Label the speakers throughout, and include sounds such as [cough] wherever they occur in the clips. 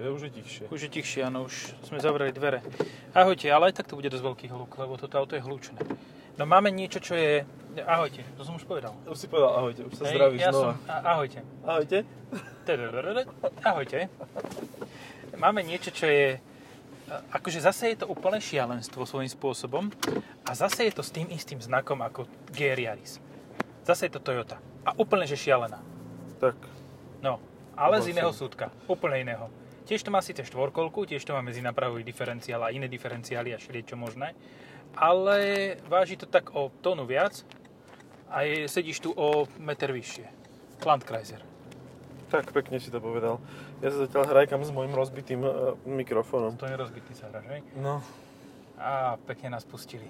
Speaker 1: Už je tichšie.
Speaker 2: Už je tichšie, áno, už sme zavreli dvere. Ahojte, ale aj tak to bude dosť veľký hluk, lebo toto auto je hlučné. No máme niečo, čo je... Ahojte, to som už povedal.
Speaker 1: Už si povedal ahojte, už sa
Speaker 2: Hej,
Speaker 1: zdravíš
Speaker 2: ja
Speaker 1: znova.
Speaker 2: som... a- Ahojte.
Speaker 1: Ahojte.
Speaker 2: Tadadadada. Ahojte. Máme niečo, čo je... Akože zase je to úplne šialenstvo svojím spôsobom a zase je to s tým istým znakom ako GR Yaris. Zase je to Toyota. A úplne, že šialená.
Speaker 1: Tak,
Speaker 2: No,
Speaker 1: Bol
Speaker 2: ale z iného
Speaker 1: som.
Speaker 2: súdka. Úplne iného. Tiež to má síce štvorkolku, tiež to má medzinapravový diferenciál a iné diferenciály a čo možné. Ale váži to tak o tónu viac a je, sedíš tu o meter vyššie. Landkreiser.
Speaker 1: tak pekne si to povedal. Ja sa zatiaľ hrajkam s môjim rozbitým e, mikrofónom.
Speaker 2: To je rozbitý sa hráš, hej?
Speaker 1: No,
Speaker 2: A pekne nás pustili.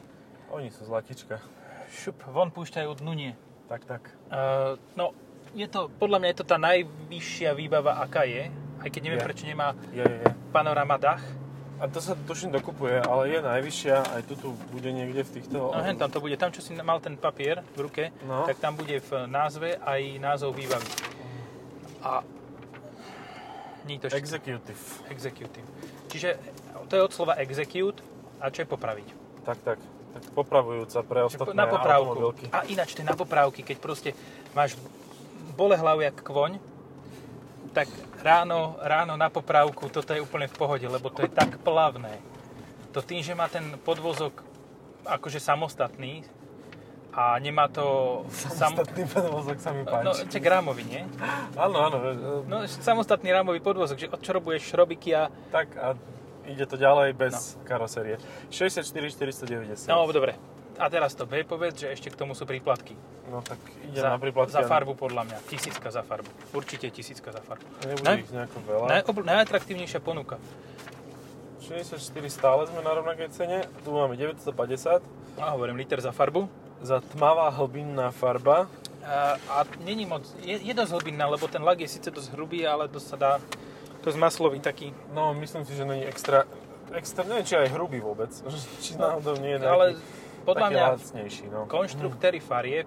Speaker 1: oni sú zlatička.
Speaker 2: Šup, von púšťajú dnunie.
Speaker 1: Tak, tak.
Speaker 2: Uh, no, je to, podľa mňa je to tá najvyššia výbava, aká je. Aj keď neviem,
Speaker 1: Ja.
Speaker 2: prečo nemá
Speaker 1: Je, je, je.
Speaker 2: panorama dach.
Speaker 1: A to sa tuším dokupuje, ale je najvyššia, aj tu tu bude niekde v týchto...
Speaker 2: No hen tam to bude, tam čo si mal ten papier v ruke,
Speaker 1: No.
Speaker 2: tak tam bude v názve aj názov výbavy. A... Nie je to ešte
Speaker 1: Executive.
Speaker 2: executive. Čiže to je od slova execute a čo je popraviť.
Speaker 1: Tak, tak. Tak popravujúca pre
Speaker 2: Čiže po-
Speaker 1: ostatné
Speaker 2: na poprávku.
Speaker 1: automobilky.
Speaker 2: A ináč to je na poprávky, keď proste máš bole hlavu jak kvoň, tak ráno, ráno na poprávku toto je úplne v pohode, lebo to je tak plavné. To tým, že má ten podvozok akože samostatný a nemá to... Sam...
Speaker 1: Samostatný pedovozok sa mi
Speaker 2: No,
Speaker 1: páči.
Speaker 2: čak rámový, nie?
Speaker 1: Áno, áno. e,
Speaker 2: No, samostatný rámový podvozok, že odčrobuješ šrobiky a...
Speaker 1: Tak a ide to ďalej bez karosérie. 64 490.
Speaker 2: No, dobre. A teraz to B povedz, že ešte k tomu sú príplatky.
Speaker 1: no tak ide na príplatky. a
Speaker 2: za farbu podľa mňa. Tisícka za farbu. Určite tisícka za farbu.
Speaker 1: Nebude
Speaker 2: Ne?
Speaker 1: ich nejako veľa.
Speaker 2: Najobl- najatraktívnejšia ponuka.
Speaker 1: 64 stále sme na rovnakej cene. Tu máme 950.
Speaker 2: A No, hovorím, liter za farbu.
Speaker 1: Za tmavá hlbinná farba.
Speaker 2: A, a není moc, je, je dosť hlbinná, lebo ten lak je síce dosť hrubý, ale dosť sa dá, dosť maslový taký.
Speaker 1: No myslím si, že není extra... Extra, neviem, či aj hrubý vôbec. [laughs] Či náhodou nie je nejaký,
Speaker 2: ale podľa
Speaker 1: taký
Speaker 2: mňa
Speaker 1: lacnejší. No.
Speaker 2: konštruktéry farieb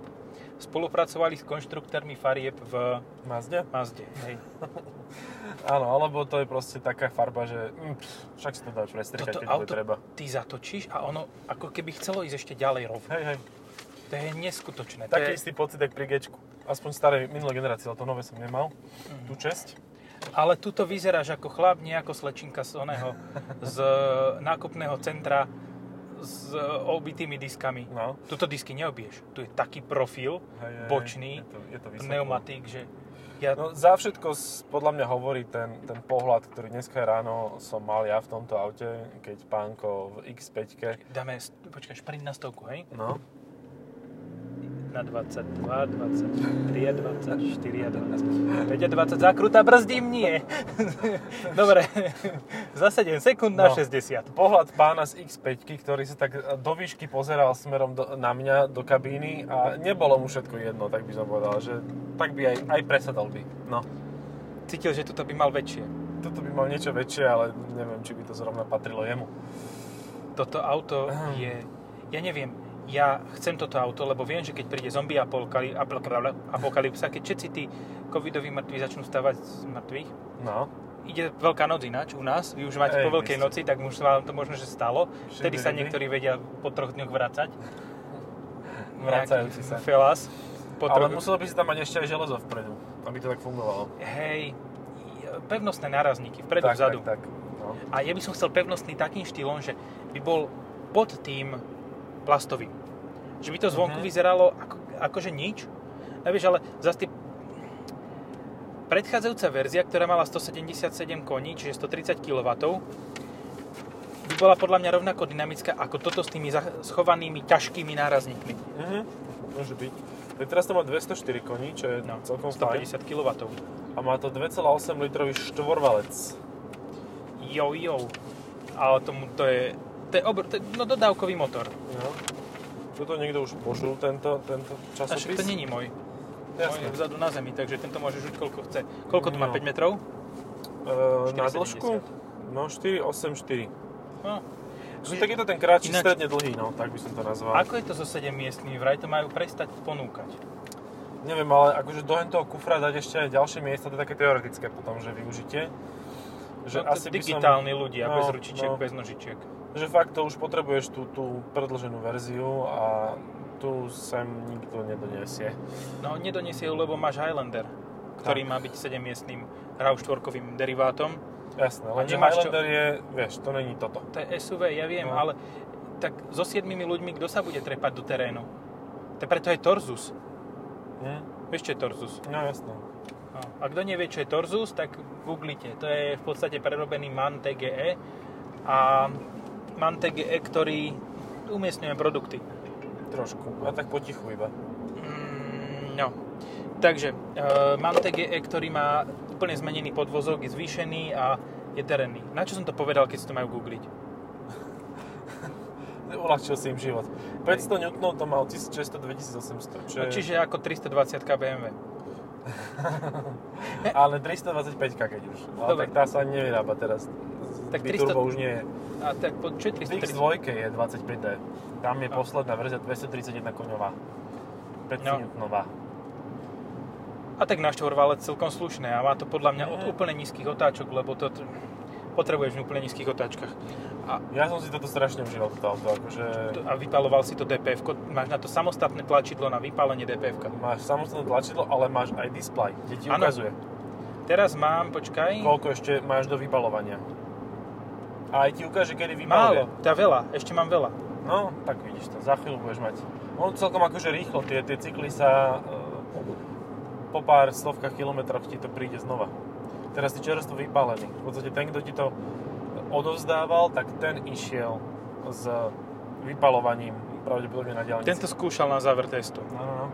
Speaker 2: spolupracovali s konštruktérmi farieb v
Speaker 1: Mazda?
Speaker 2: Mazde. Hej.
Speaker 1: Áno, alebo to je proste taká farba, že mm, pff, však si to dá prestrikať,
Speaker 2: Toto
Speaker 1: keď bude
Speaker 2: auto
Speaker 1: treba.
Speaker 2: ty zatočíš a ono ako keby chcelo ísť ešte ďalej rovno.
Speaker 1: Hej, hej.
Speaker 2: To je neskutočné. To
Speaker 1: Taký
Speaker 2: je,
Speaker 1: istý pocit, ako pri Gčku. Aspoň staré, minulé generácie, ale to nové som nemal. Tu
Speaker 2: Mhm.
Speaker 1: česť.
Speaker 2: ale tuto vyzeráš ako chlap, nie ako slečinka z
Speaker 1: [laughs]
Speaker 2: oného, z eh, nákupného centra s eh, obitými diskami.
Speaker 1: No.
Speaker 2: Tuto disky neobiješ. Tu je taký profil,
Speaker 1: Hej, hej,
Speaker 2: bočný,
Speaker 1: Je to, je to vysoko.
Speaker 2: pneumatik, že ja,
Speaker 1: No, za všetko s- podľa mňa hovorí ten, ten pohľad, ktorý dneska ráno som mal ja v tomto aute, keď pánko v X5.
Speaker 2: dáme, s- počkaj, šprint na stovku, hej?
Speaker 1: No.
Speaker 2: Na 22, 23, 24, 25, 20, zakrutá, brzdím, nie. [laughs] Dobre, za 7 sekúnd na
Speaker 1: No.
Speaker 2: 60.
Speaker 1: Pohľad pána z X5, ktorý sa tak do výšky pozeral smerom do, na mňa, do kabíny a nebolo mu všetko jedno, tak by som povedal, že tak by aj, aj presadol by. No.
Speaker 2: Cítil, že toto by mal väčšie.
Speaker 1: Toto by mal niečo väčšie, ale neviem, či by to zrovna patrilo jemu.
Speaker 2: Toto auto je, ja neviem, ja chcem toto auto, lebo viem, že keď príde zombie apokali- apokali- apokalypsa, keď všetci tí covidoví mŕtvi začnú stavať z mŕtvych,
Speaker 1: No.
Speaker 2: ide veľká noc ináč u nás, vy už máte
Speaker 1: Ej,
Speaker 2: po veľkej
Speaker 1: my ste-
Speaker 2: noci, tak už sa vám to možno, že stalo. Vtedy sa
Speaker 1: Všimli.
Speaker 2: niektorí vedia po troch dňoch vracať.
Speaker 1: Vracajúci
Speaker 2: Nejaký
Speaker 1: sa.
Speaker 2: Felas. Po
Speaker 1: Ale
Speaker 2: troch...
Speaker 1: muselo by si tam mať ešte aj železo vpredu, aby to tak fungovalo.
Speaker 2: Hej, pevnostné nárazníky, vpredu,
Speaker 1: tak,
Speaker 2: vzadu.
Speaker 1: tak, tak. No.
Speaker 2: A ja by som chcel pevnostný takým štýlom, že by bol pod tým plastovým. Že by to zvonku
Speaker 1: Mhm.
Speaker 2: vyzeralo ako, akože nič. A vieš, ale zase tie predchádzajúca verzia, ktorá mala 177 koní, čiže 130 kW, by bola podľa mňa rovnako dynamická ako toto s tými zach- schovanými ťažkými nárazníkmi.
Speaker 1: Mhm. Môže byť. Tak teraz to má 204 koní, čo je
Speaker 2: No,
Speaker 1: celkom fajn.
Speaker 2: 150 kW.
Speaker 1: A má to 2,8 litrový štvorvalec.
Speaker 2: Jo, jo. Ale tomu to je... To je, obr- to je no, dodávkový motor.
Speaker 1: No. Tuto niekto už pošul tento, tento
Speaker 2: A však
Speaker 1: časopis.
Speaker 2: to není môj.
Speaker 1: Jasné. E,
Speaker 2: Jasne. vzadu na zemi, takže tento môže žuť koľko chce. Koľko tu má?
Speaker 1: No.
Speaker 2: 5 metrov?
Speaker 1: E, na
Speaker 2: 470.
Speaker 1: dĺžku? No, 4,84.
Speaker 2: No.
Speaker 1: Čiže tak je to ten kratší,
Speaker 2: Ináč-
Speaker 1: stredne dlhý, no, tak by som to nazval.
Speaker 2: Ako je to so 7 miestnými? Vraj to majú prestať ponúkať.
Speaker 1: Neviem, ale akože do hen toho kufra dať ešte aj ďalšie miesta, to je také teoretické potom, že využitie. Že
Speaker 2: no, to
Speaker 1: asi by som-
Speaker 2: digitálni ľudia,
Speaker 1: no,
Speaker 2: bez ručičiek,
Speaker 1: no.
Speaker 2: bez nožičiek.
Speaker 1: Že fakt to už potrebuješ tú, tú predlženú verziu a tu sem nikto nedoniesie.
Speaker 2: No nedonesie ju, lebo máš Highlander, ktorý má byť 7-miestným RAV4-kovým derivátom.
Speaker 1: Jasné, lenže
Speaker 2: nemáš čo-
Speaker 1: Highlander je, vieš, to není toto.
Speaker 2: To je SUV, ja viem,
Speaker 1: No.
Speaker 2: ale tak so 7 ľuďmi kto sa bude trepať do terénu? To je preto je Torzus.
Speaker 1: Hm?
Speaker 2: Vieš, čo je Torzus?
Speaker 1: No jasné.
Speaker 2: No. A kto nevie, čo je Torzus, tak googlite. To je v podstate prerobený MAN TGE a MAN TGE, ktorý umiestňuje produkty.
Speaker 1: Trošku. A tak potichu iba.
Speaker 2: Mm, no. Takže, e, Mante GE, ktorý má úplne zmenený podvozok, je zvýšený a je terénny. Na čo som to povedal, keď si to majú googliť?
Speaker 1: Uľahčil si im život. 500 Nm to mal 1600 2800, čo
Speaker 2: No,
Speaker 1: je...
Speaker 2: čiže ako 320 BMW.
Speaker 1: Ale 325 keď už. Ale
Speaker 2: Dobre.
Speaker 1: tak tá sa nevyrába teraz.
Speaker 2: Tak
Speaker 1: Tak 300...
Speaker 2: 300
Speaker 1: už nie je.
Speaker 2: A tak, po- čo je
Speaker 1: V X2
Speaker 2: 330?
Speaker 1: je 25D. Tam je posledná verzia 231 koňová. 5
Speaker 2: No.
Speaker 1: Nm.
Speaker 2: A tak na štvorválec celkom slušné a má to podľa mňa od
Speaker 1: Mhm.
Speaker 2: úplne nízkych otáčok, lebo to t- potrebuješ v úplne nízkych otáčkach. A,
Speaker 1: Ja som si toto strašne užíval, toto auto, akože...
Speaker 2: to- a vypaloval si to DPF, máš na to samostatné tlačidlo na vypálenie DPF.
Speaker 1: Máš samostatné tlačidlo, ale máš aj display, kde ti
Speaker 2: Áno.
Speaker 1: ukazuje,
Speaker 2: Teraz mám, počkaj,
Speaker 1: koľko ešte máš do vypalovania. A aj ti ukáže, kedy vypaluje.
Speaker 2: málo, teda veľa, ešte mám veľa.
Speaker 1: No, tak vidíš to, za chvíľu budeš mať. On celkom akože rýchlo, tie, tie cykly sa e, po pár stovkách kilometrov ti to príde znova. Teraz si čerstvo vypálený. V podstate ten, kto ti to odovzdával, tak ten išiel s vypalovaním pravdepodobne na diálnici.
Speaker 2: Tento skúšal na záver testu.
Speaker 1: No, no, no.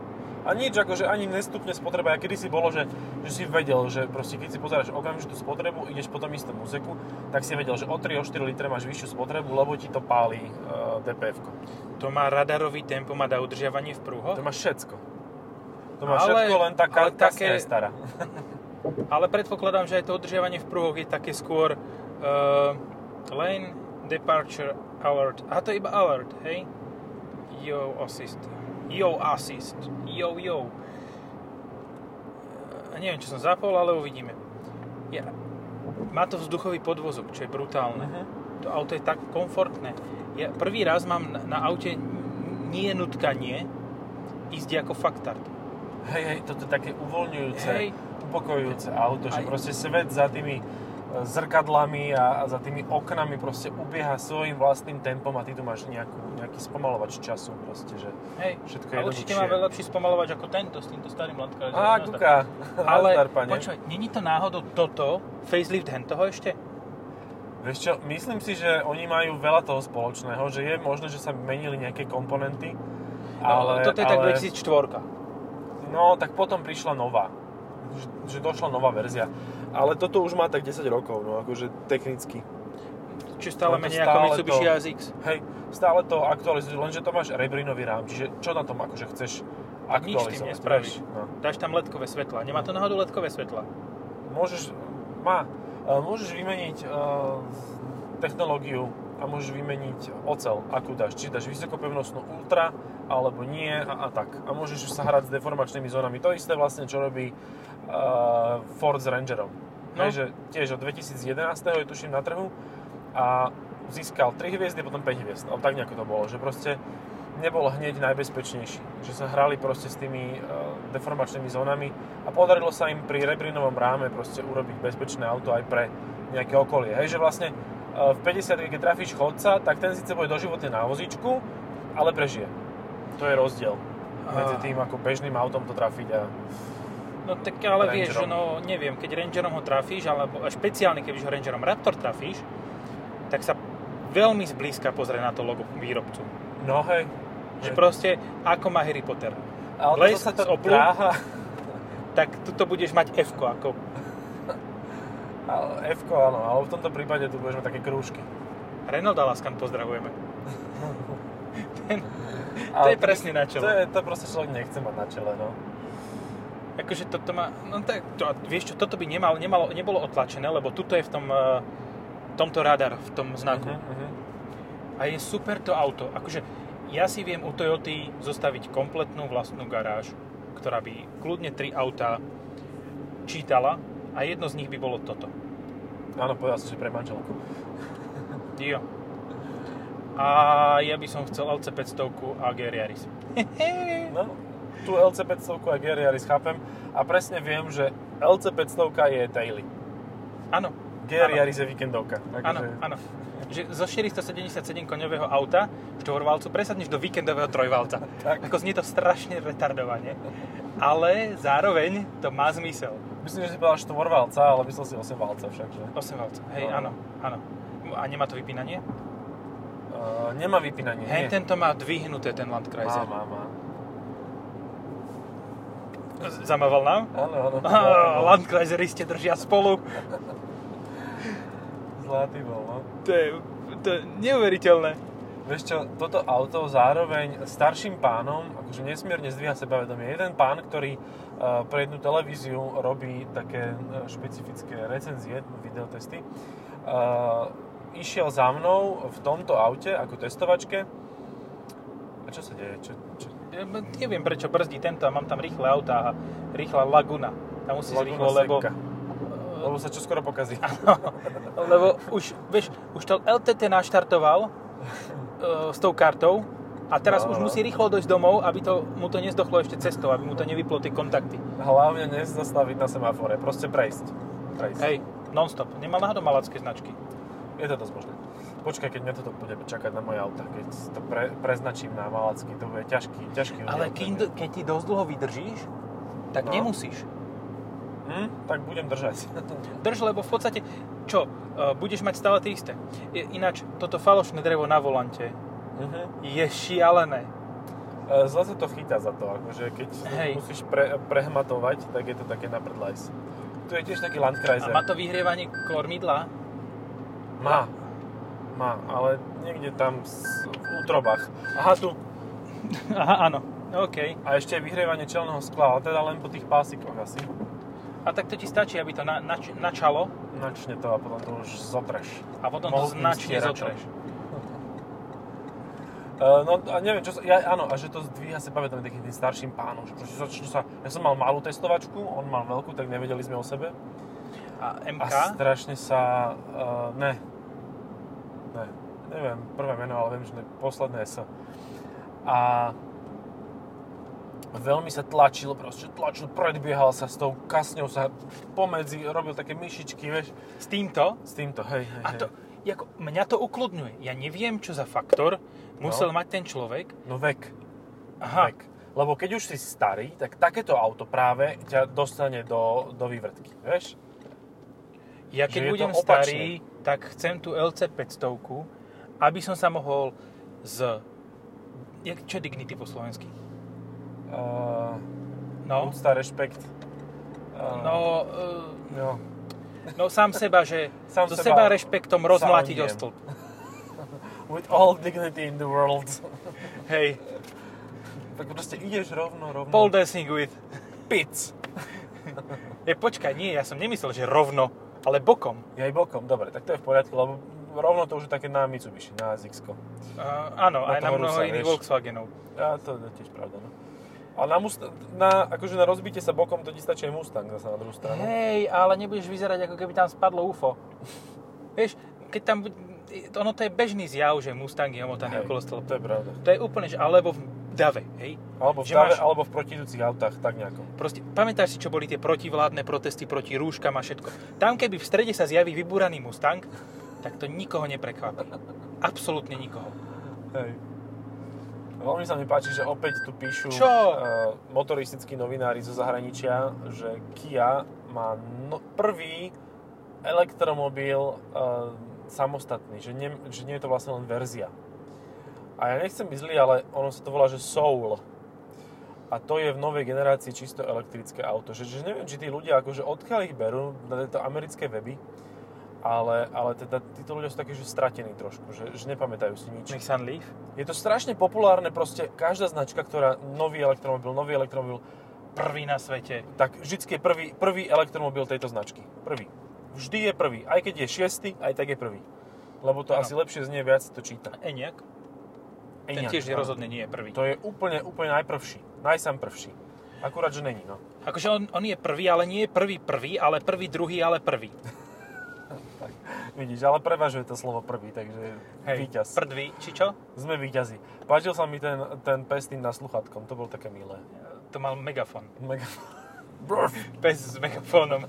Speaker 1: A nič, akože ani nestupne spotreba. Ja kedy si bolo, že, že si vedel, že proste keď si pozeráš okamžitú spotrebu, ideš po tom istom úseku, tak si vedel, že o 3-4 litre máš vyššiu spotrebu, lebo ti to páli uh, dpf
Speaker 2: To má radarový tempomat a udržiavanie v prúho,
Speaker 1: To máš všetko. To máš
Speaker 2: Ale-
Speaker 1: všetko, len tá
Speaker 2: ale
Speaker 1: karta
Speaker 2: také-
Speaker 1: také... stará.
Speaker 2: ale predpokladám, že aj to udržiavanie v prúhoch je také skôr uh, lane departure alert. A to je iba alert, hej? Yo assist. Yo assist. Yo yo. Eh, neviem, čo som zapol, ale uvidíme. Ja. Má to vzduchový podvozok, čo je brutálne.
Speaker 1: Mhm.
Speaker 2: To auto je tak komfortné. Ja prvý raz mám na, na aute n- nie nutkanie ísť ako faktart.
Speaker 1: Hej, hej, toto je také uvoľňujúce,
Speaker 2: Hej.
Speaker 1: upokojujúce auto, že
Speaker 2: Aj-
Speaker 1: proste svet za tými e, zrkadlami a, a za tými oknami proste ubieha svojim vlastným tempom a ty tu máš nejakú, nejaký spomalovač času proste, že...
Speaker 2: Hej,
Speaker 1: Všetko
Speaker 2: a určite
Speaker 1: jednoduchšie.
Speaker 2: má veľa lepší spomalovač ako tento s týmto starým Landkreuzom.
Speaker 1: Á, kuka, [laughs]
Speaker 2: Ale
Speaker 1: Nazdar, pane.
Speaker 2: počúvaj, není to náhodou toto, facelift hen toho ešte?
Speaker 1: Vieš čo, myslím si, že oni majú veľa toho spoločného, že je možné, že sa menili nejaké komponenty, ale...
Speaker 2: No, toto je
Speaker 1: ale,
Speaker 2: tak 2004.
Speaker 1: No, tak potom prišla nová. Že, že došla nová verzia. Ale toto už má tak 10 rokov, no akože technicky.
Speaker 2: Čiže stále
Speaker 1: No to
Speaker 2: menej ako
Speaker 1: stále
Speaker 2: Mitsubishi
Speaker 1: to.
Speaker 2: ASX.
Speaker 1: Hej, stále to aktualizujú, lenže to máš rebrinový rám, čiže čo na tom akože chceš
Speaker 2: nič
Speaker 1: aktualizovať?
Speaker 2: tým
Speaker 1: vieš?
Speaker 2: nespravíš.
Speaker 1: No.
Speaker 2: Dáš tam ledkové svetla. Nemá to náhodou ledkové svetla?
Speaker 1: Môžeš, má, e, môžeš vymeniť e, technológiu a môžeš vymeniť ocel, akú dáš. Či dáš vysokopevnostnú ultra, alebo nie a, a tak. A môžeš sa hrať s deformačnými zónami. To isté vlastne, čo robí e, Ford s Rangerom.
Speaker 2: No.
Speaker 1: No. Že tiež od 2011. je tuším na trhu a získal 3 hviezdy, potom 5 hviezd. Ale tak nejako to bolo, že proste nebol hneď najbezpečnejší. Že sa hrali proste s tými e, deformačnými zónami a podarilo sa im pri rebrinovom ráme proste urobiť bezpečné auto aj pre nejaké okolie. Hej, že vlastne e, v 50 keď trafíš chodca, tak ten síce bude doživotne na vozičku, ale prežije. To je rozdiel medzi
Speaker 2: Ah.
Speaker 1: tým, ako bežným autom to trafiť a...
Speaker 2: No tak ale
Speaker 1: Rangerom.
Speaker 2: vieš, že no neviem, keď Rangerom ho trafíš, alebo a špeciálne keď už ho Rangerom Raptor trafíš, tak sa veľmi zblízka pozrie na to logo výrobcu.
Speaker 1: No hej.
Speaker 2: Že
Speaker 1: Hej.
Speaker 2: proste, ako má Harry Potter.
Speaker 1: Ale to
Speaker 2: Blesk
Speaker 1: sa to
Speaker 2: z Oplu?
Speaker 1: dráha,
Speaker 2: Tak tuto budeš mať f ako...
Speaker 1: f áno, ale v tomto prípade tu budeš mať také krúžky.
Speaker 2: Renault Alaskan pozdravujeme. Ten, to
Speaker 1: Ale
Speaker 2: je presne na čelo.
Speaker 1: To, je, to proste človek nechce mať na čele, no.
Speaker 2: Akože toto má... No tak, to, vieš čo, toto by nemalo, nemalo, nebolo otlačené, lebo tuto je v tom... eh, tomto radar, v tom znaku.
Speaker 1: uh-huh.
Speaker 2: A je super to auto. Akože ja si viem u Toyoty zostaviť kompletnú vlastnú garáž, ktorá by kľudne tri autá čítala a jedno z nich by bolo toto.
Speaker 1: Áno, povedal si, že pre manželku.
Speaker 2: Jo. A ja by som chcel LC 500 a GR Yaris.
Speaker 1: No, tu LC 500 a GR Yaris chápem a presne viem, že LC 500 je daily.
Speaker 2: [laughs] Áno,
Speaker 1: GR
Speaker 2: Áno.
Speaker 1: Yaris je víkendovka.
Speaker 2: áno,
Speaker 1: Takže
Speaker 2: áno. Že zo 477 koňového auta, štvorvalcu, presadneš do víkendového trojvalca.
Speaker 1: [laughs] Tak.
Speaker 2: Ako znie to strašne retardovane, ale zároveň to má zmysel.
Speaker 1: Myslím, že si povedal štvorvalca, ale myslel si 8 valca však, že?
Speaker 2: 8 valcov,
Speaker 1: No.
Speaker 2: hej, áno, áno. A nemá to vypínanie?
Speaker 1: Uh, nemá vypínanie,
Speaker 2: Hej,
Speaker 1: nie.
Speaker 2: tento má dvihnuté, ten
Speaker 1: Má,
Speaker 2: Landkreiser.
Speaker 1: má, má.
Speaker 2: Z- Zamával nám?
Speaker 1: Áno, áno.
Speaker 2: [laughs] Ah, Landkreisery ste držia spolu.
Speaker 1: Zlatý bol, no.
Speaker 2: To je, to je neuveriteľné.
Speaker 1: Vieš čo, toto auto zároveň starším pánom, akože nesmierne zdvíha sebavedomie. Jeden pán, ktorý eh, pre jednu televíziu robí také eh, špecifické recenzie, videotesty, eh, išiel za mnou v tomto aute ako testovačke. A čo sa deje? Čo, čo?
Speaker 2: Ja m- neviem prečo brzdí tento a mám tam rýchle auta a rýchla Laguna. Tam musí ísť
Speaker 1: Laguna
Speaker 2: rýchlo, lebo,
Speaker 1: seka. Lebo sa čo skoro pokazí.
Speaker 2: lebo už, vieš, už to LTT naštartoval [laughs] e, s tou kartou a teraz
Speaker 1: No,
Speaker 2: už
Speaker 1: no.
Speaker 2: musí rýchlo dojsť domov, aby to, mu to nezdochlo ešte cestou, aby mu to nevyplo tie kontakty.
Speaker 1: Hlavne nezastaviť na semafore, proste prejsť. prejsť.
Speaker 2: Hej, non-stop. Nemal náhodou malacké značky.
Speaker 1: Je to dosť možné. Počkaj, keď mňa toto bude čakať na moje auta, keď si to pre, preznačím na Malacky, to bude ťažký, ťažký. údel.
Speaker 2: Ale keď, keď ti dosť dlho vydržíš, tak
Speaker 1: No.
Speaker 2: nemusíš.
Speaker 1: Hm? Tak budem držať.
Speaker 2: Drž, lebo v podstate, čo, e, budeš mať stále tie isté. E, Ináč, toto falošné drevo na volante
Speaker 1: Mhm.
Speaker 2: je šialené.
Speaker 1: E, Zle sa to chytá za to, akože keď si to
Speaker 2: Hej.
Speaker 1: musíš pre, prehmatovať, tak je to také na prdlajs. Tu je tiež taký
Speaker 2: A
Speaker 1: Landkreiser.
Speaker 2: má to vyhrievanie kormidla? [laughs]
Speaker 1: Má. Má, ale niekde tam s- v útrobách. Aha, tu.
Speaker 2: Aha, áno. No, OK.
Speaker 1: A ešte je vyhrievanie čelného skla, ale teda len po tých pásikoch asi.
Speaker 2: A tak to ti stačí, aby to na, nač, načalo
Speaker 1: Načne to a potom to už zotreš.
Speaker 2: a potom
Speaker 1: Mohol
Speaker 2: to
Speaker 1: by
Speaker 2: značne
Speaker 1: stieračom.
Speaker 2: zotreš.
Speaker 1: Uh, no a neviem, čo sa, ja, áno, a že to zdvíha se pamätám takým tým starším pánom, že proste začnú sa, ja som mal malú testovačku, on mal veľkú, tak nevedeli sme o sebe.
Speaker 2: A
Speaker 1: A
Speaker 2: MK?
Speaker 1: strašne sa, uh, ne, ne, neviem, prvé meno, ale viem, že ne, posledné S. A veľmi sa tlačil, proste tlačil, predbiehal sa s tou kasňou, sa pomedzi, robil také myšičky, vieš,
Speaker 2: S týmto?
Speaker 1: s týmto, hej, hej,
Speaker 2: A to,
Speaker 1: hej.
Speaker 2: jako, mňa to ukludňuje. Ja neviem, čo za faktor musel mať ten človek.
Speaker 1: No vek.
Speaker 2: Aha,
Speaker 1: vek. Lebo keď už si starý, tak takéto auto práve ťa dostane do, do vývrtky, vieš? že je
Speaker 2: ja keď
Speaker 1: to
Speaker 2: budem
Speaker 1: opačne.
Speaker 2: starý, tak chcem tú LC 500, aby som sa mohol z... Jak, čo je dignity po slovensky?
Speaker 1: Uh,
Speaker 2: No,
Speaker 1: úcta, rešpekt. Uh,
Speaker 2: no, e,
Speaker 1: jo.
Speaker 2: no sám seba, že
Speaker 1: Sám
Speaker 2: so
Speaker 1: seba-
Speaker 2: seba rešpektom rozmlátiť
Speaker 1: sám
Speaker 2: o
Speaker 1: idem.
Speaker 2: stĺp.
Speaker 1: With all dignity in the world. [laughs]
Speaker 2: Hej,
Speaker 1: tak proste ideš rovno, rovno.
Speaker 2: pole dancing with
Speaker 1: pic.
Speaker 2: Je, počkaj, nie, ja som nemyslel, že rovno, ale bokom.
Speaker 1: Aj bokom, dobre, tak to je v poriadku, lebo rovno to už je také na Mitsubishi, na zx
Speaker 2: Uh, áno,
Speaker 1: Na
Speaker 2: aj na
Speaker 1: toho
Speaker 2: mnoho
Speaker 1: Rusa,
Speaker 2: iných
Speaker 1: vieš.
Speaker 2: Volkswagenov.
Speaker 1: A to je tiež pravda, no. A na, Mustang, na, akože na rozbitie sa bokom to ti stačí aj Mustang zase na druhú stranu.
Speaker 2: Hej, ale nebudeš vyzerať, ako keby tam spadlo UFO. Vieš, keď tam... bu- Ono to je bežný zjav, že Mustang je omotaný
Speaker 1: Hej,
Speaker 2: okolo stĺpu.
Speaker 1: To je pravda.
Speaker 2: To je úplne, že alebo v dave, hej.
Speaker 1: Alebo v,
Speaker 2: Že
Speaker 1: dáve,
Speaker 2: máš-
Speaker 1: alebo v protiidúcich autách, tak nejako.
Speaker 2: Proste, pamätáš si, čo boli tie protivládne protesty proti rúškam a všetko? Tam, keby v strede sa zjaví vybúraný Mustang, tak to nikoho neprekvapí. Absolútne nikoho.
Speaker 1: Hej. Veľmi sa mi páči, že opäť tu píšu
Speaker 2: Čo?
Speaker 1: eh, motoristickí novinári zo zahraničia, že Kia má no, prvý elektromobil eh, samostatný, že nie, že nie je to vlastne len verzia. A ja nechcem byť zlý, ale ono sa to volá, že Soul. A to je v novej generácii čisto elektrické auto. Že, že neviem, či tí ľudia, akože odkiaľ ich berú na tieto americké weby, ale, ale teda títo ľudia sú takí, že stratení trošku, že, že nepamätajú si nič.
Speaker 2: Nissan Leaf?
Speaker 1: Je to strašne populárne, proste každá značka, ktorá nový elektromobil, nový elektromobil,
Speaker 2: Prvý na svete.
Speaker 1: tak vždycky je prvý, prvý elektromobil tejto značky. Prvý. Vždy je prvý. Aj keď je šiestý, aj tak je prvý. Lebo to
Speaker 2: Áno.
Speaker 1: asi lepšie znie, viac to číta.
Speaker 2: Enyaq? Ten
Speaker 1: Eňak,
Speaker 2: tiež
Speaker 1: áno.
Speaker 2: rozhodne nie je prvý.
Speaker 1: To je úplne, úplne najprvší. Najsám prvší. Akurát, že není, no.
Speaker 2: Akože on, on je prvý, ale nie je prvý prvý, ale prvý druhý, ale prvý.
Speaker 1: Tak. Vidíš, ale prevažuje to slovo prvý, takže
Speaker 2: Hej,
Speaker 1: víťaz.
Speaker 2: Prdví, či čo?
Speaker 1: Sme víťazi. Páčil sa mi ten, ten pes tým nasluchátkom, to bolo také milé.
Speaker 2: To mal megafón. [laughs]
Speaker 1: Mega... Brf,
Speaker 2: Pes s megafónom.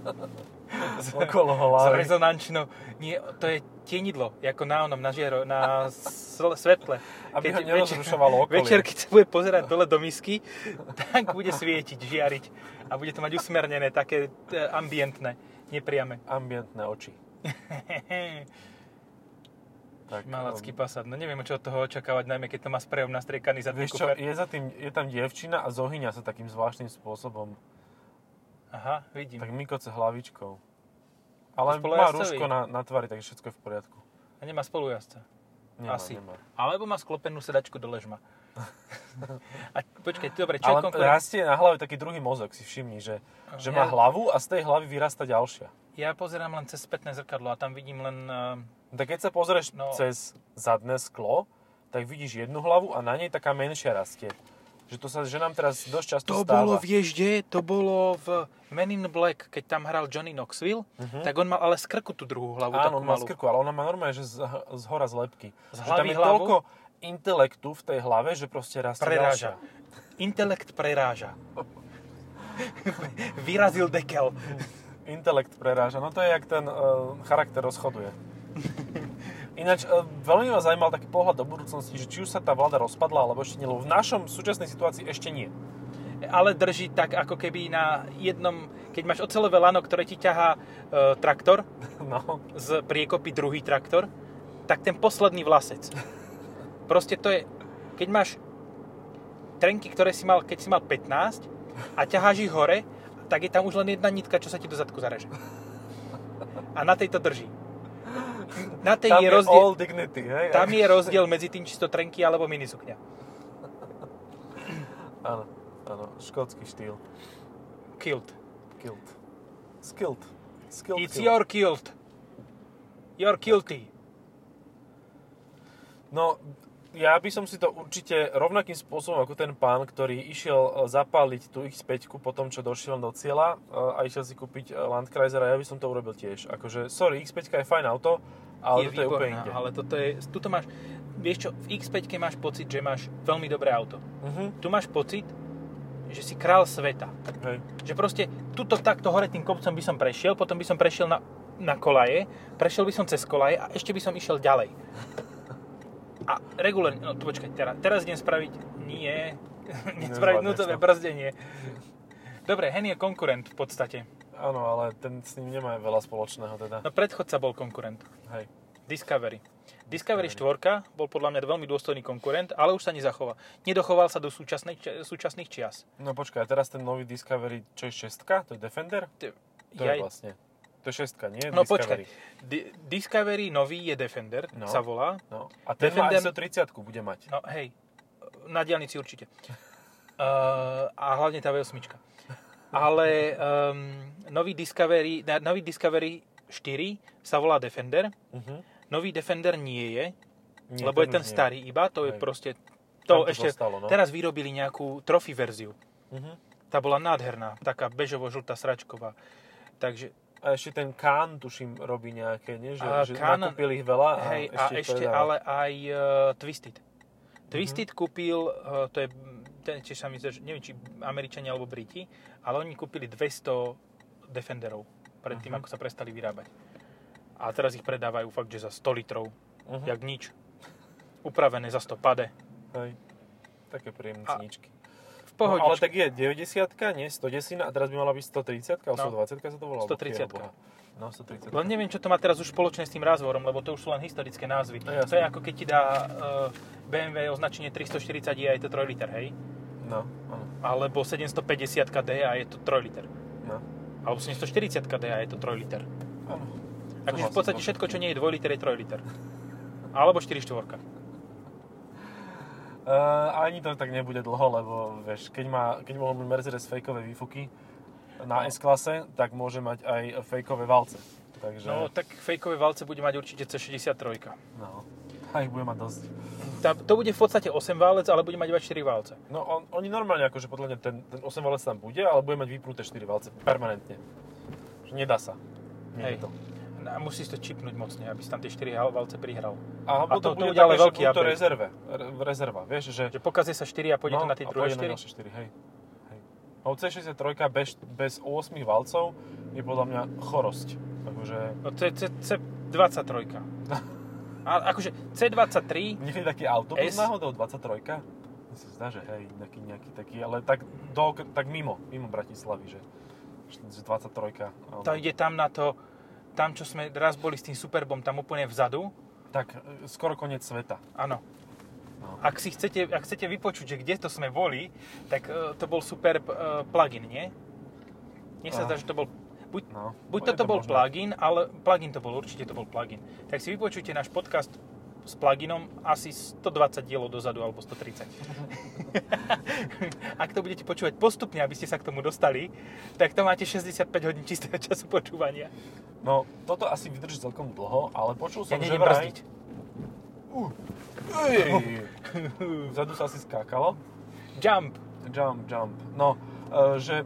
Speaker 1: okolo
Speaker 2: S
Speaker 1: hlavy.
Speaker 2: rezonančnou. Nie, to je tienidlo, ako na onom, na žiero, na sl- svetle.
Speaker 1: Aby ho
Speaker 2: večer-
Speaker 1: nerozrušovalo okolie.
Speaker 2: Večer, keď sa bude pozerať dole do misky, tak bude svietiť, žiariť. A bude to mať usmernené, také e, ambientné, nepriame. [laughs]
Speaker 1: Ambientné oči. Tak,
Speaker 2: Malacký
Speaker 1: um,
Speaker 2: pasát. No neviem, čo od toho očakávať, najmä keď to má sprejom nastriekaný za
Speaker 1: Vieš čo, je, za tým, je tam dievčina a zohyňa sa takým zvláštnym spôsobom.
Speaker 2: Aha, vidím.
Speaker 1: Tak mykoce hlavičkou. Ale
Speaker 2: To spolu
Speaker 1: má
Speaker 2: jazdcovi.
Speaker 1: rúško na, na tvári, takže všetko je v poriadku.
Speaker 2: A nemá spolujazca.
Speaker 1: Nemá,
Speaker 2: Asi.
Speaker 1: Nemá.
Speaker 2: Alebo má sklopenú sedačku do [laughs] ležma. a počkaj, dobre, čo
Speaker 1: Ale
Speaker 2: je konkurencia?
Speaker 1: rastie na hlave taký druhý mozog, si všimni, že, že
Speaker 2: Ja-
Speaker 1: má hlavu a z tej hlavy vyrasta ďalšia.
Speaker 2: Ja pozerám len cez spätné zrkadlo a tam vidím len... eh,
Speaker 1: Tak keď sa pozrieš
Speaker 2: No.
Speaker 1: no. cez zadné sklo, tak vidíš jednu hlavu a na nej taká menšia rastie. Že to sa ženám teraz dosť často
Speaker 2: To
Speaker 1: stáva.
Speaker 2: bolo v ježde, to bolo v Mhm. Men in Black, keď tam hral Johnny Knoxville, tak on mal ale z krku tú druhú hlavu
Speaker 1: Áno,
Speaker 2: takú
Speaker 1: on má
Speaker 2: malú.
Speaker 1: z krku, ale ona má normálne, že z, z hora z lepky.
Speaker 2: Z
Speaker 1: Že
Speaker 2: hlavy
Speaker 1: tam je
Speaker 2: hlavou?
Speaker 1: toľko intelektu v tej hlave, že proste rastie
Speaker 2: Preráža.
Speaker 1: ďalšia.
Speaker 2: Intelekt preráža. [laughs] Vyrazil dekel.
Speaker 1: Intelekt preráža. No to je, jak ten uh, charakter
Speaker 2: [laughs]
Speaker 1: rozchoduje. Ináč, uh, veľmi ma zaujímal taký pohľad do budúcnosti, že či už sa tá vláda rozpadla, alebo ešte nie. Lebo v našom súčasnej situácii ešte nie. [laughs]
Speaker 2: Ale drží tak ako keby na jednom... Keď máš ocelové lano, ktoré ti ťahá e, traktor,
Speaker 1: No,
Speaker 2: z priekopy druhý traktor, tak ten posledný vlasec. Proste to je, keď máš trenky, ktoré si mal, keď si mal 15 a ťaháš ich hore, tak je tam už len jedna nitka, čo sa ti do zadku zareže. A na tej to drží. Na tej
Speaker 1: tam
Speaker 2: je
Speaker 1: je
Speaker 2: rozdiel,
Speaker 1: all dignity, hej?
Speaker 2: tam je rozdiel medzi tým, či to trenky alebo minisukňa.
Speaker 1: Áno, áno, škótsky štýl.
Speaker 2: Kilt.
Speaker 1: Kilt. Skilt. Skilt.
Speaker 2: It's
Speaker 1: kilt.
Speaker 2: your kilt. Your kilty.
Speaker 1: No, ja by som si to určite rovnakým spôsobom ako ten pán, ktorý išiel e, zapáliť tú X5 po tom, čo došiel do cieľa e, a išiel si kúpiť e, Landkreisera, ja by som to urobil tiež. Akože, sorry, X5 je fajn auto, ale to je úplne
Speaker 2: výborná,
Speaker 1: inde.
Speaker 2: ale toto je, tuto máš, vieš čo, v X5 máš pocit, že máš veľmi dobré auto.
Speaker 1: Mhm,
Speaker 2: tu máš pocit, že si král sveta.
Speaker 1: hej.
Speaker 2: Že proste tuto takto hore tým kopcom by som prešiel, potom by som prešiel na, na kolaje, prešiel by som cez kolaje a ešte by som išiel ďalej. A regulárne, no to počkaj, teraz, teraz idem spraviť, nie, [laughs] idem spraviť
Speaker 1: Nezvládneš
Speaker 2: núdzové
Speaker 1: to.
Speaker 2: brzdenie. Dobre, Hen je konkurent v podstate.
Speaker 1: Áno, ale ten s ním nemá veľa spoločného teda.
Speaker 2: No predchodca bol konkurent.
Speaker 1: Hej.
Speaker 2: Discovery. Discovery 4 bol podľa mňa veľmi dôstojný konkurent, ale už sa nezachová. Nedochoval sa do súčasnej, súčasných čias.
Speaker 1: No počkaj, a teraz ten nový Discovery, čo je 6? To je Defender? To je vlastne. To je 6, nie?
Speaker 2: No počkaj,
Speaker 1: Discovery.
Speaker 2: Di- Discovery nový je Defender,
Speaker 1: No.
Speaker 2: no. sa volá.
Speaker 1: No. A ten
Speaker 2: Defender-
Speaker 1: má SO30 bude mať.
Speaker 2: No hej, na diálnici určite. [laughs] Uh, a hlavne tá V8. Ale um, nový, Discovery, na- nový Discovery 4 sa volá Defender.
Speaker 1: Mhm.
Speaker 2: Nový Defender nie je,
Speaker 1: Nie,
Speaker 2: lebo je ten
Speaker 1: už nie.
Speaker 2: starý iba, to je
Speaker 1: Hej.
Speaker 2: proste...
Speaker 1: Tam
Speaker 2: To ešte,
Speaker 1: zostalo, no.
Speaker 2: teraz vyrobili nejakú trofy verziu.
Speaker 1: Mhm.
Speaker 2: Tá bola nádherná, taká bežovo-žltá sračková. Takže
Speaker 1: A ešte ten Kán, tuším, robí nejaké, nie? Že,
Speaker 2: A
Speaker 1: že
Speaker 2: Kán-
Speaker 1: nakúpili ich veľa a
Speaker 2: Hej,
Speaker 1: ešte,
Speaker 2: a
Speaker 1: ich
Speaker 2: ešte
Speaker 1: predáva.
Speaker 2: ale aj uh, Twisted. Twisted
Speaker 1: Mhm.
Speaker 2: kúpil, uh, to je, ten, či sa mi zdá, že- neviem, či Američania alebo Briti, ale oni kúpili 200 Defenderov pred tým,
Speaker 1: Mhm.
Speaker 2: ako sa prestali vyrábať. A teraz ich predávajú fakt, že za 100 litrov,
Speaker 1: Mhm,
Speaker 2: jak nič. Upravené za 100 pade.
Speaker 1: hej. Také príjemné
Speaker 2: A-
Speaker 1: cničky.
Speaker 2: V
Speaker 1: No,
Speaker 2: pohode.
Speaker 1: ale tak je 90 nie 110 a teraz by mala byť 130 alebo
Speaker 2: No.
Speaker 1: 120 sa to volá?
Speaker 2: 130-ka.
Speaker 1: No, 130
Speaker 2: Len neviem, čo to má teraz už spoločné s tým rázvorom, lebo to už sú len historické názvy.
Speaker 1: No, jasne.
Speaker 2: To je ako keď ti dá uh, BMW označenie 340 je aj to 3 liter, hej?
Speaker 1: No, áno.
Speaker 2: Alebo 750 D a je to 3 liter.
Speaker 1: No,
Speaker 2: Alebo 740 KD a je to 3 liter.
Speaker 1: áno.
Speaker 2: Takže v
Speaker 1: Súhlasím,
Speaker 2: podstate
Speaker 1: no.
Speaker 2: všetko, čo nie je 2 liter, je 3 liter. Alebo 4 štvorka.
Speaker 1: Eh, ani to tak nebude dlho, lebo vieš, keď, má, keď mohol mať Mercedes fejkové výfuky
Speaker 2: No.
Speaker 1: na S-klase, tak môže mať aj fejkové valce. Takže, no,
Speaker 2: No, tak fejkové valce bude mať určite C63.
Speaker 1: A ich bude mať dosť.
Speaker 2: Tá, to bude v podstate 8 válec, ale bude mať iba 4 válce.
Speaker 1: No on, oni normálne akože podľa mňa ten, ten 8 valec tam bude, ale bude mať vypnuté 4 valce permanentne. Že nedá sa. Nie
Speaker 2: Hej.
Speaker 1: je to.
Speaker 2: a musíš to čipnúť mocne, aby si tam tie 4 valce prihral.
Speaker 1: Alebo
Speaker 2: A to-
Speaker 1: to,
Speaker 2: to
Speaker 1: bude
Speaker 2: bude
Speaker 1: také,
Speaker 2: ale
Speaker 1: že
Speaker 2: veľký
Speaker 1: buď to
Speaker 2: upgrade.
Speaker 1: rezerve, re- rezerva, vieš, že...
Speaker 2: Že pokazí sa 4 a pôjde to na tie
Speaker 1: No, a
Speaker 2: druhé
Speaker 1: pôjde na
Speaker 2: 4.
Speaker 1: ďalšie 4, hej. hej. No C63 bez, bez 8 valcov je podľa mňa chorosť. Akože, Takže
Speaker 2: No C, C, C23. A akože C23,
Speaker 1: nie je taký autobus
Speaker 2: S?
Speaker 1: náhodou 23? Mne sa zdá, že hej, nejaký, nejaký taký, ale tak, do, tak mimo, mimo Bratislavy, že, že 23. áno.
Speaker 2: to ide tam na to, tam čo sme raz boli s tým Superbom, tam úplne vzadu.
Speaker 1: Tak, e, skoro koniec sveta.
Speaker 2: Áno.
Speaker 1: No.
Speaker 2: Ak, si chcete, ak chcete vypočuť, že kde to sme boli, tak e, to bol Superb e, plugin, nie? Mne
Speaker 1: A.
Speaker 2: sa zdá, že to bol... Buď,
Speaker 1: No,
Speaker 2: Buď
Speaker 1: je
Speaker 2: toto bol
Speaker 1: možné.
Speaker 2: plugin, ale plugin to bol, určite to bol plugin. Tak si vypočujte náš podcast s pluginom asi 120 dielov dozadu
Speaker 1: [laughs]
Speaker 2: alebo 130. Ak to budete počúvať postupne, aby ste sa k tomu dostali, tak to máte 65 hodín čistého času počúvania.
Speaker 1: No, toto asi vydrží celkom dlho, ale počul
Speaker 2: Ja
Speaker 1: som, že
Speaker 2: nejdem
Speaker 1: vraj...
Speaker 2: brzdiť.
Speaker 1: Ej, Vzadu sa asi skákalo.
Speaker 2: Jump!
Speaker 1: Jump, jump. No, e, že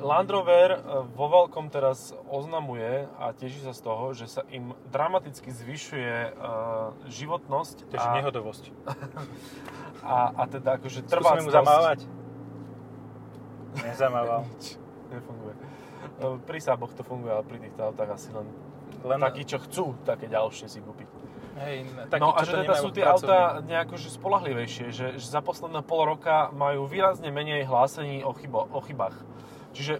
Speaker 1: Land Rover e, vo veľkom teraz oznamuje a teší sa z toho, že sa im dramaticky zvyšuje e, životnosť
Speaker 2: Takže
Speaker 1: a,
Speaker 2: nehodovosť.
Speaker 1: a, a teda akože trvá
Speaker 2: Skúsme mu zamávať. [laughs] Nezamával.
Speaker 1: Nefunguje. E, Pri sáboch to funguje, ale pri týchto autách asi len,
Speaker 2: Len
Speaker 1: takí, čo chcú, také ďalšie si kúpiť.
Speaker 2: hej, taký,
Speaker 1: no a že
Speaker 2: čo to
Speaker 1: teda
Speaker 2: nemajú
Speaker 1: sú tie
Speaker 2: pracovný.
Speaker 1: autá nejako že spolahlivejšie, že, že za posledné pol roka majú výrazne menej hlásení o, chybo, o chybách. Čiže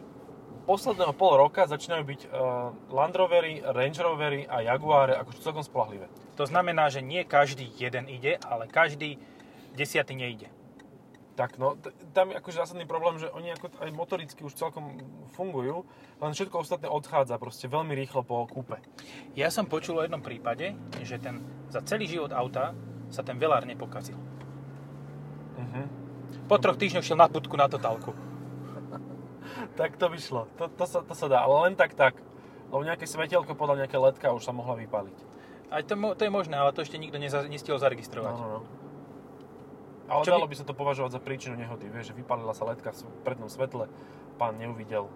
Speaker 1: posledného pol roka začínajú byť uh, Land Rovery, Range Rovery a Jaguare akože celkom spolahlivé.
Speaker 2: To znamená, že nie každý jeden ide, ale každý desiatý nejde.
Speaker 1: Tak no, t- tam je akože zásadný problém, že oni ako t- aj motoricky už celkom fungujú, len všetko ostatné odchádza proste veľmi rýchlo po kúpe.
Speaker 2: Ja som počul o jednom prípade, že ten, za celý život auta sa ten velár nepokazil. Mhm.
Speaker 1: Uh-huh.
Speaker 2: Po troch týždňoch šiel na budku na totálku.
Speaker 1: Tak to by šlo, to, to, sa, to sa dá, ale len tak tak. Lebo nejaké svetelko podľa nejaké letka už sa mohla vypáliť.
Speaker 2: Aj to, mo- to je možné, ale to ešte nikto neza- nestihol zaregistrovať.
Speaker 1: No, no, no. Ale
Speaker 2: Čo by-
Speaker 1: dalo by... sa to považovať za príčinu nehody, vieš, že vypalila sa letka v sv- prednom svetle, pán neuvidel.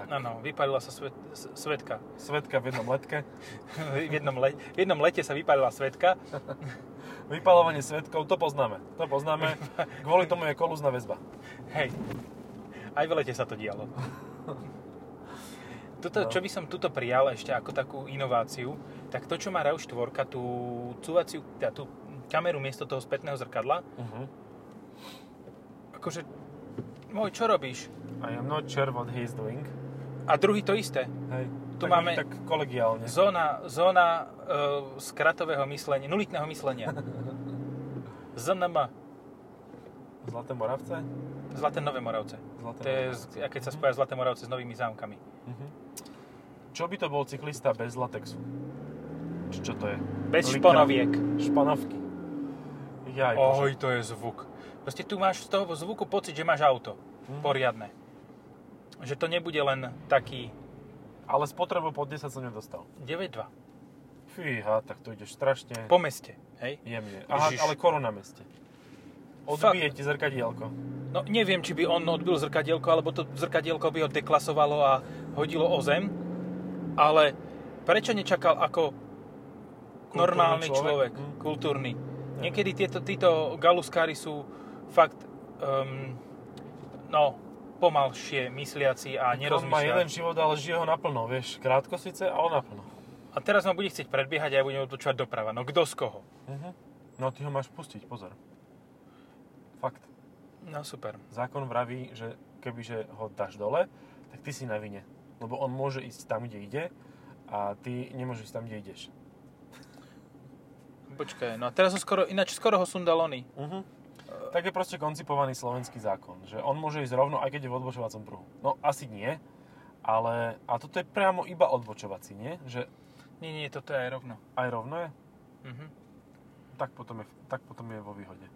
Speaker 1: Tak,
Speaker 2: Áno, vypalila sa svet, s- svetka. [laughs]
Speaker 1: svetka v jednom letke.
Speaker 2: v, jednom le- v jednom lete sa vypalila svetka.
Speaker 1: Vypalovanie svetkov, to poznáme, to [laughs] poznáme. Kvôli tomu je kolúzna väzba.
Speaker 2: Hej, aj v lete sa to dialo.
Speaker 1: No.
Speaker 2: Toto, čo by som tuto prijal ešte ako takú inováciu, tak to, čo má RAV4, tú cúvaciu, teda tú kameru miesto toho spätného zrkadla,
Speaker 1: Uh-huh.
Speaker 2: akože, môj, čo robíš?
Speaker 1: I am not sure what he is doing.
Speaker 2: A druhý to isté.
Speaker 1: Hej.
Speaker 2: Tu
Speaker 1: tak,
Speaker 2: máme-
Speaker 1: Tak kolegiálne.
Speaker 2: Zóna, zóna e, skratového myslenia, nulitného myslenia. ZNM,
Speaker 1: Zlaté Moravce?
Speaker 2: Zlaté Nové Moravce.
Speaker 1: Zlaté
Speaker 2: To je,
Speaker 1: Moravce.
Speaker 2: z- a keď sa spája Zlaté Moravce s novými zámkami.
Speaker 1: Mhm. Čo by to bol cyklista bez latexu? Či čo to je?
Speaker 2: Bez
Speaker 1: Lika.
Speaker 2: šponoviek.
Speaker 1: Španovky. Jaj, bože.
Speaker 2: Oj, to je zvuk. Proste tu máš z toho zvuku pocit, že máš auto.
Speaker 1: Mhm.
Speaker 2: Poriadne. Že to nebude len taký
Speaker 1: Ale spotrebu pod 10 som nedostal.
Speaker 2: 9.2.
Speaker 1: Fíha, tak to ideš strašne
Speaker 2: Po meste, hej?
Speaker 1: jemne. Aha,
Speaker 2: Ježiš.
Speaker 1: ale koro na meste. Odbije ti zrkadielko.
Speaker 2: No neviem, či by on odbil zrkadielko, alebo to zrkadielko by ho deklasovalo a hodilo o zem, ale prečo nečakal ako normálny človek,
Speaker 1: človek?
Speaker 2: človek
Speaker 1: Mm.
Speaker 2: kultúrny? Niekedy tieto, títo galuskári sú fakt, um, no, pomalšie mysliaci
Speaker 1: On
Speaker 2: a
Speaker 1: má jeden
Speaker 2: nerozmýšľajú.
Speaker 1: život, ale žije ho naplno, vieš. Krátko síce, ale naplno.
Speaker 2: A teraz ma bude chcieť predbiehať a ja budem otočovať doprava. No kto z koho?
Speaker 1: Mhm. No ty ho máš pustiť, pozor. Fakt.
Speaker 2: No super.
Speaker 1: Zákon vraví, že kebyže ho dáš dole, tak ty si na vine. Lebo on môže ísť tam, kde ide a ty nemôžeš ísť tam, kde ideš.
Speaker 2: Počkaj, no a teraz ho skoro, ináč skoro ho sundal oný.
Speaker 1: Mhm. Tak je proste koncipovaný slovenský zákon, že on môže ísť rovno, aj keď je v odbočovacom pruhu. No asi nie, ale... A toto je priamo iba odbočovací, nie? Že
Speaker 2: Nie, nie, toto je aj rovno.
Speaker 1: aj rovno je?
Speaker 2: Mhm.
Speaker 1: Tak potom je, tak potom je vo výhode.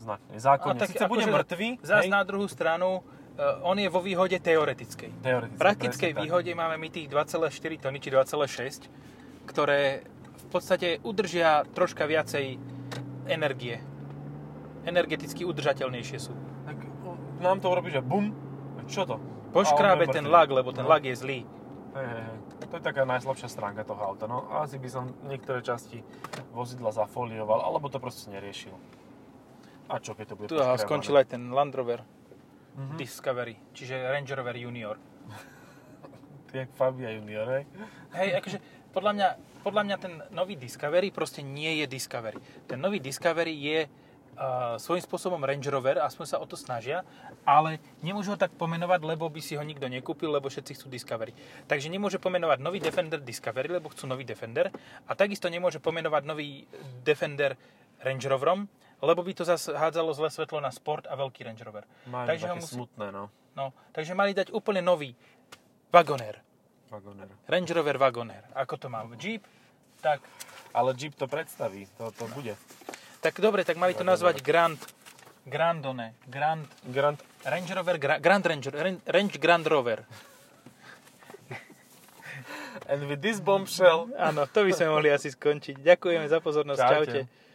Speaker 1: Značne. Zákonne.
Speaker 2: A tak
Speaker 1: Sice bude
Speaker 2: akože
Speaker 1: mŕtvy,
Speaker 2: Zas
Speaker 1: hej,
Speaker 2: na druhú stranu, e, on je vo výhode teoretickej. V
Speaker 1: teoreticky.
Speaker 2: praktickej
Speaker 1: presne tak.
Speaker 2: výhode máme my tých 2,4 tony či 2,6, ktoré v podstate udržia troška viacej energie. Energeticky udržateľnejšie sú.
Speaker 1: Tak o, nám to urobí, že bum, čo to? A on
Speaker 2: Poškrábe
Speaker 1: je
Speaker 2: ten
Speaker 1: mŕtvy.
Speaker 2: lag, lebo ten
Speaker 1: No.
Speaker 2: lag je zlý.
Speaker 1: Hej, hej, hej. To je taká najslabšia stránka toho auta. No asi by som niektoré časti vozidla zafolioval, alebo to proste neriešil. A čo, keď to bude
Speaker 2: Tu a skončil aj ten Land Rover
Speaker 1: Mhm.
Speaker 2: Discovery, čiže Range Rover Junior.
Speaker 1: Jak Fabia Junior, hej?
Speaker 2: Hej, akože podľa mňa, podľa mňa ten nový Discovery proste nie je Discovery. Ten nový Discovery je uh, svojím spôsobom Range Rover, aspoň sa o to snažia, ale nemôžu ho tak pomenovať, lebo by si ho nikto nekúpil, lebo všetci chcú Discovery. Takže nemôže pomenovať nový Defender Discovery, lebo chcú nový Defender a takisto nemôže pomenovať nový Defender Range Roverom, lebo by to zase hádzalo zlé svetlo na sport a veľký Range Rover.
Speaker 1: Majú
Speaker 2: Takže
Speaker 1: také
Speaker 2: ho musí-
Speaker 1: smutné, no.
Speaker 2: No, takže mali dať úplne nový Wagoner.
Speaker 1: Vagoner.
Speaker 2: Range Rover Wagoner, ako to má Jeep, tak,
Speaker 1: Ale Jeep to predstaví, to, to bude.
Speaker 2: tak dobre, tak mali to
Speaker 1: Wagoner.
Speaker 2: nazvať Grand, Grandone, Grand,
Speaker 1: Grand
Speaker 2: Range Rover, Gra, Grand Ranger, Ren- Range Grand Rover.
Speaker 1: and with this bombshell.
Speaker 2: Áno, to by sme mohli asi skončiť. Ďakujeme za pozornosť,
Speaker 1: Čaute.
Speaker 2: čaute.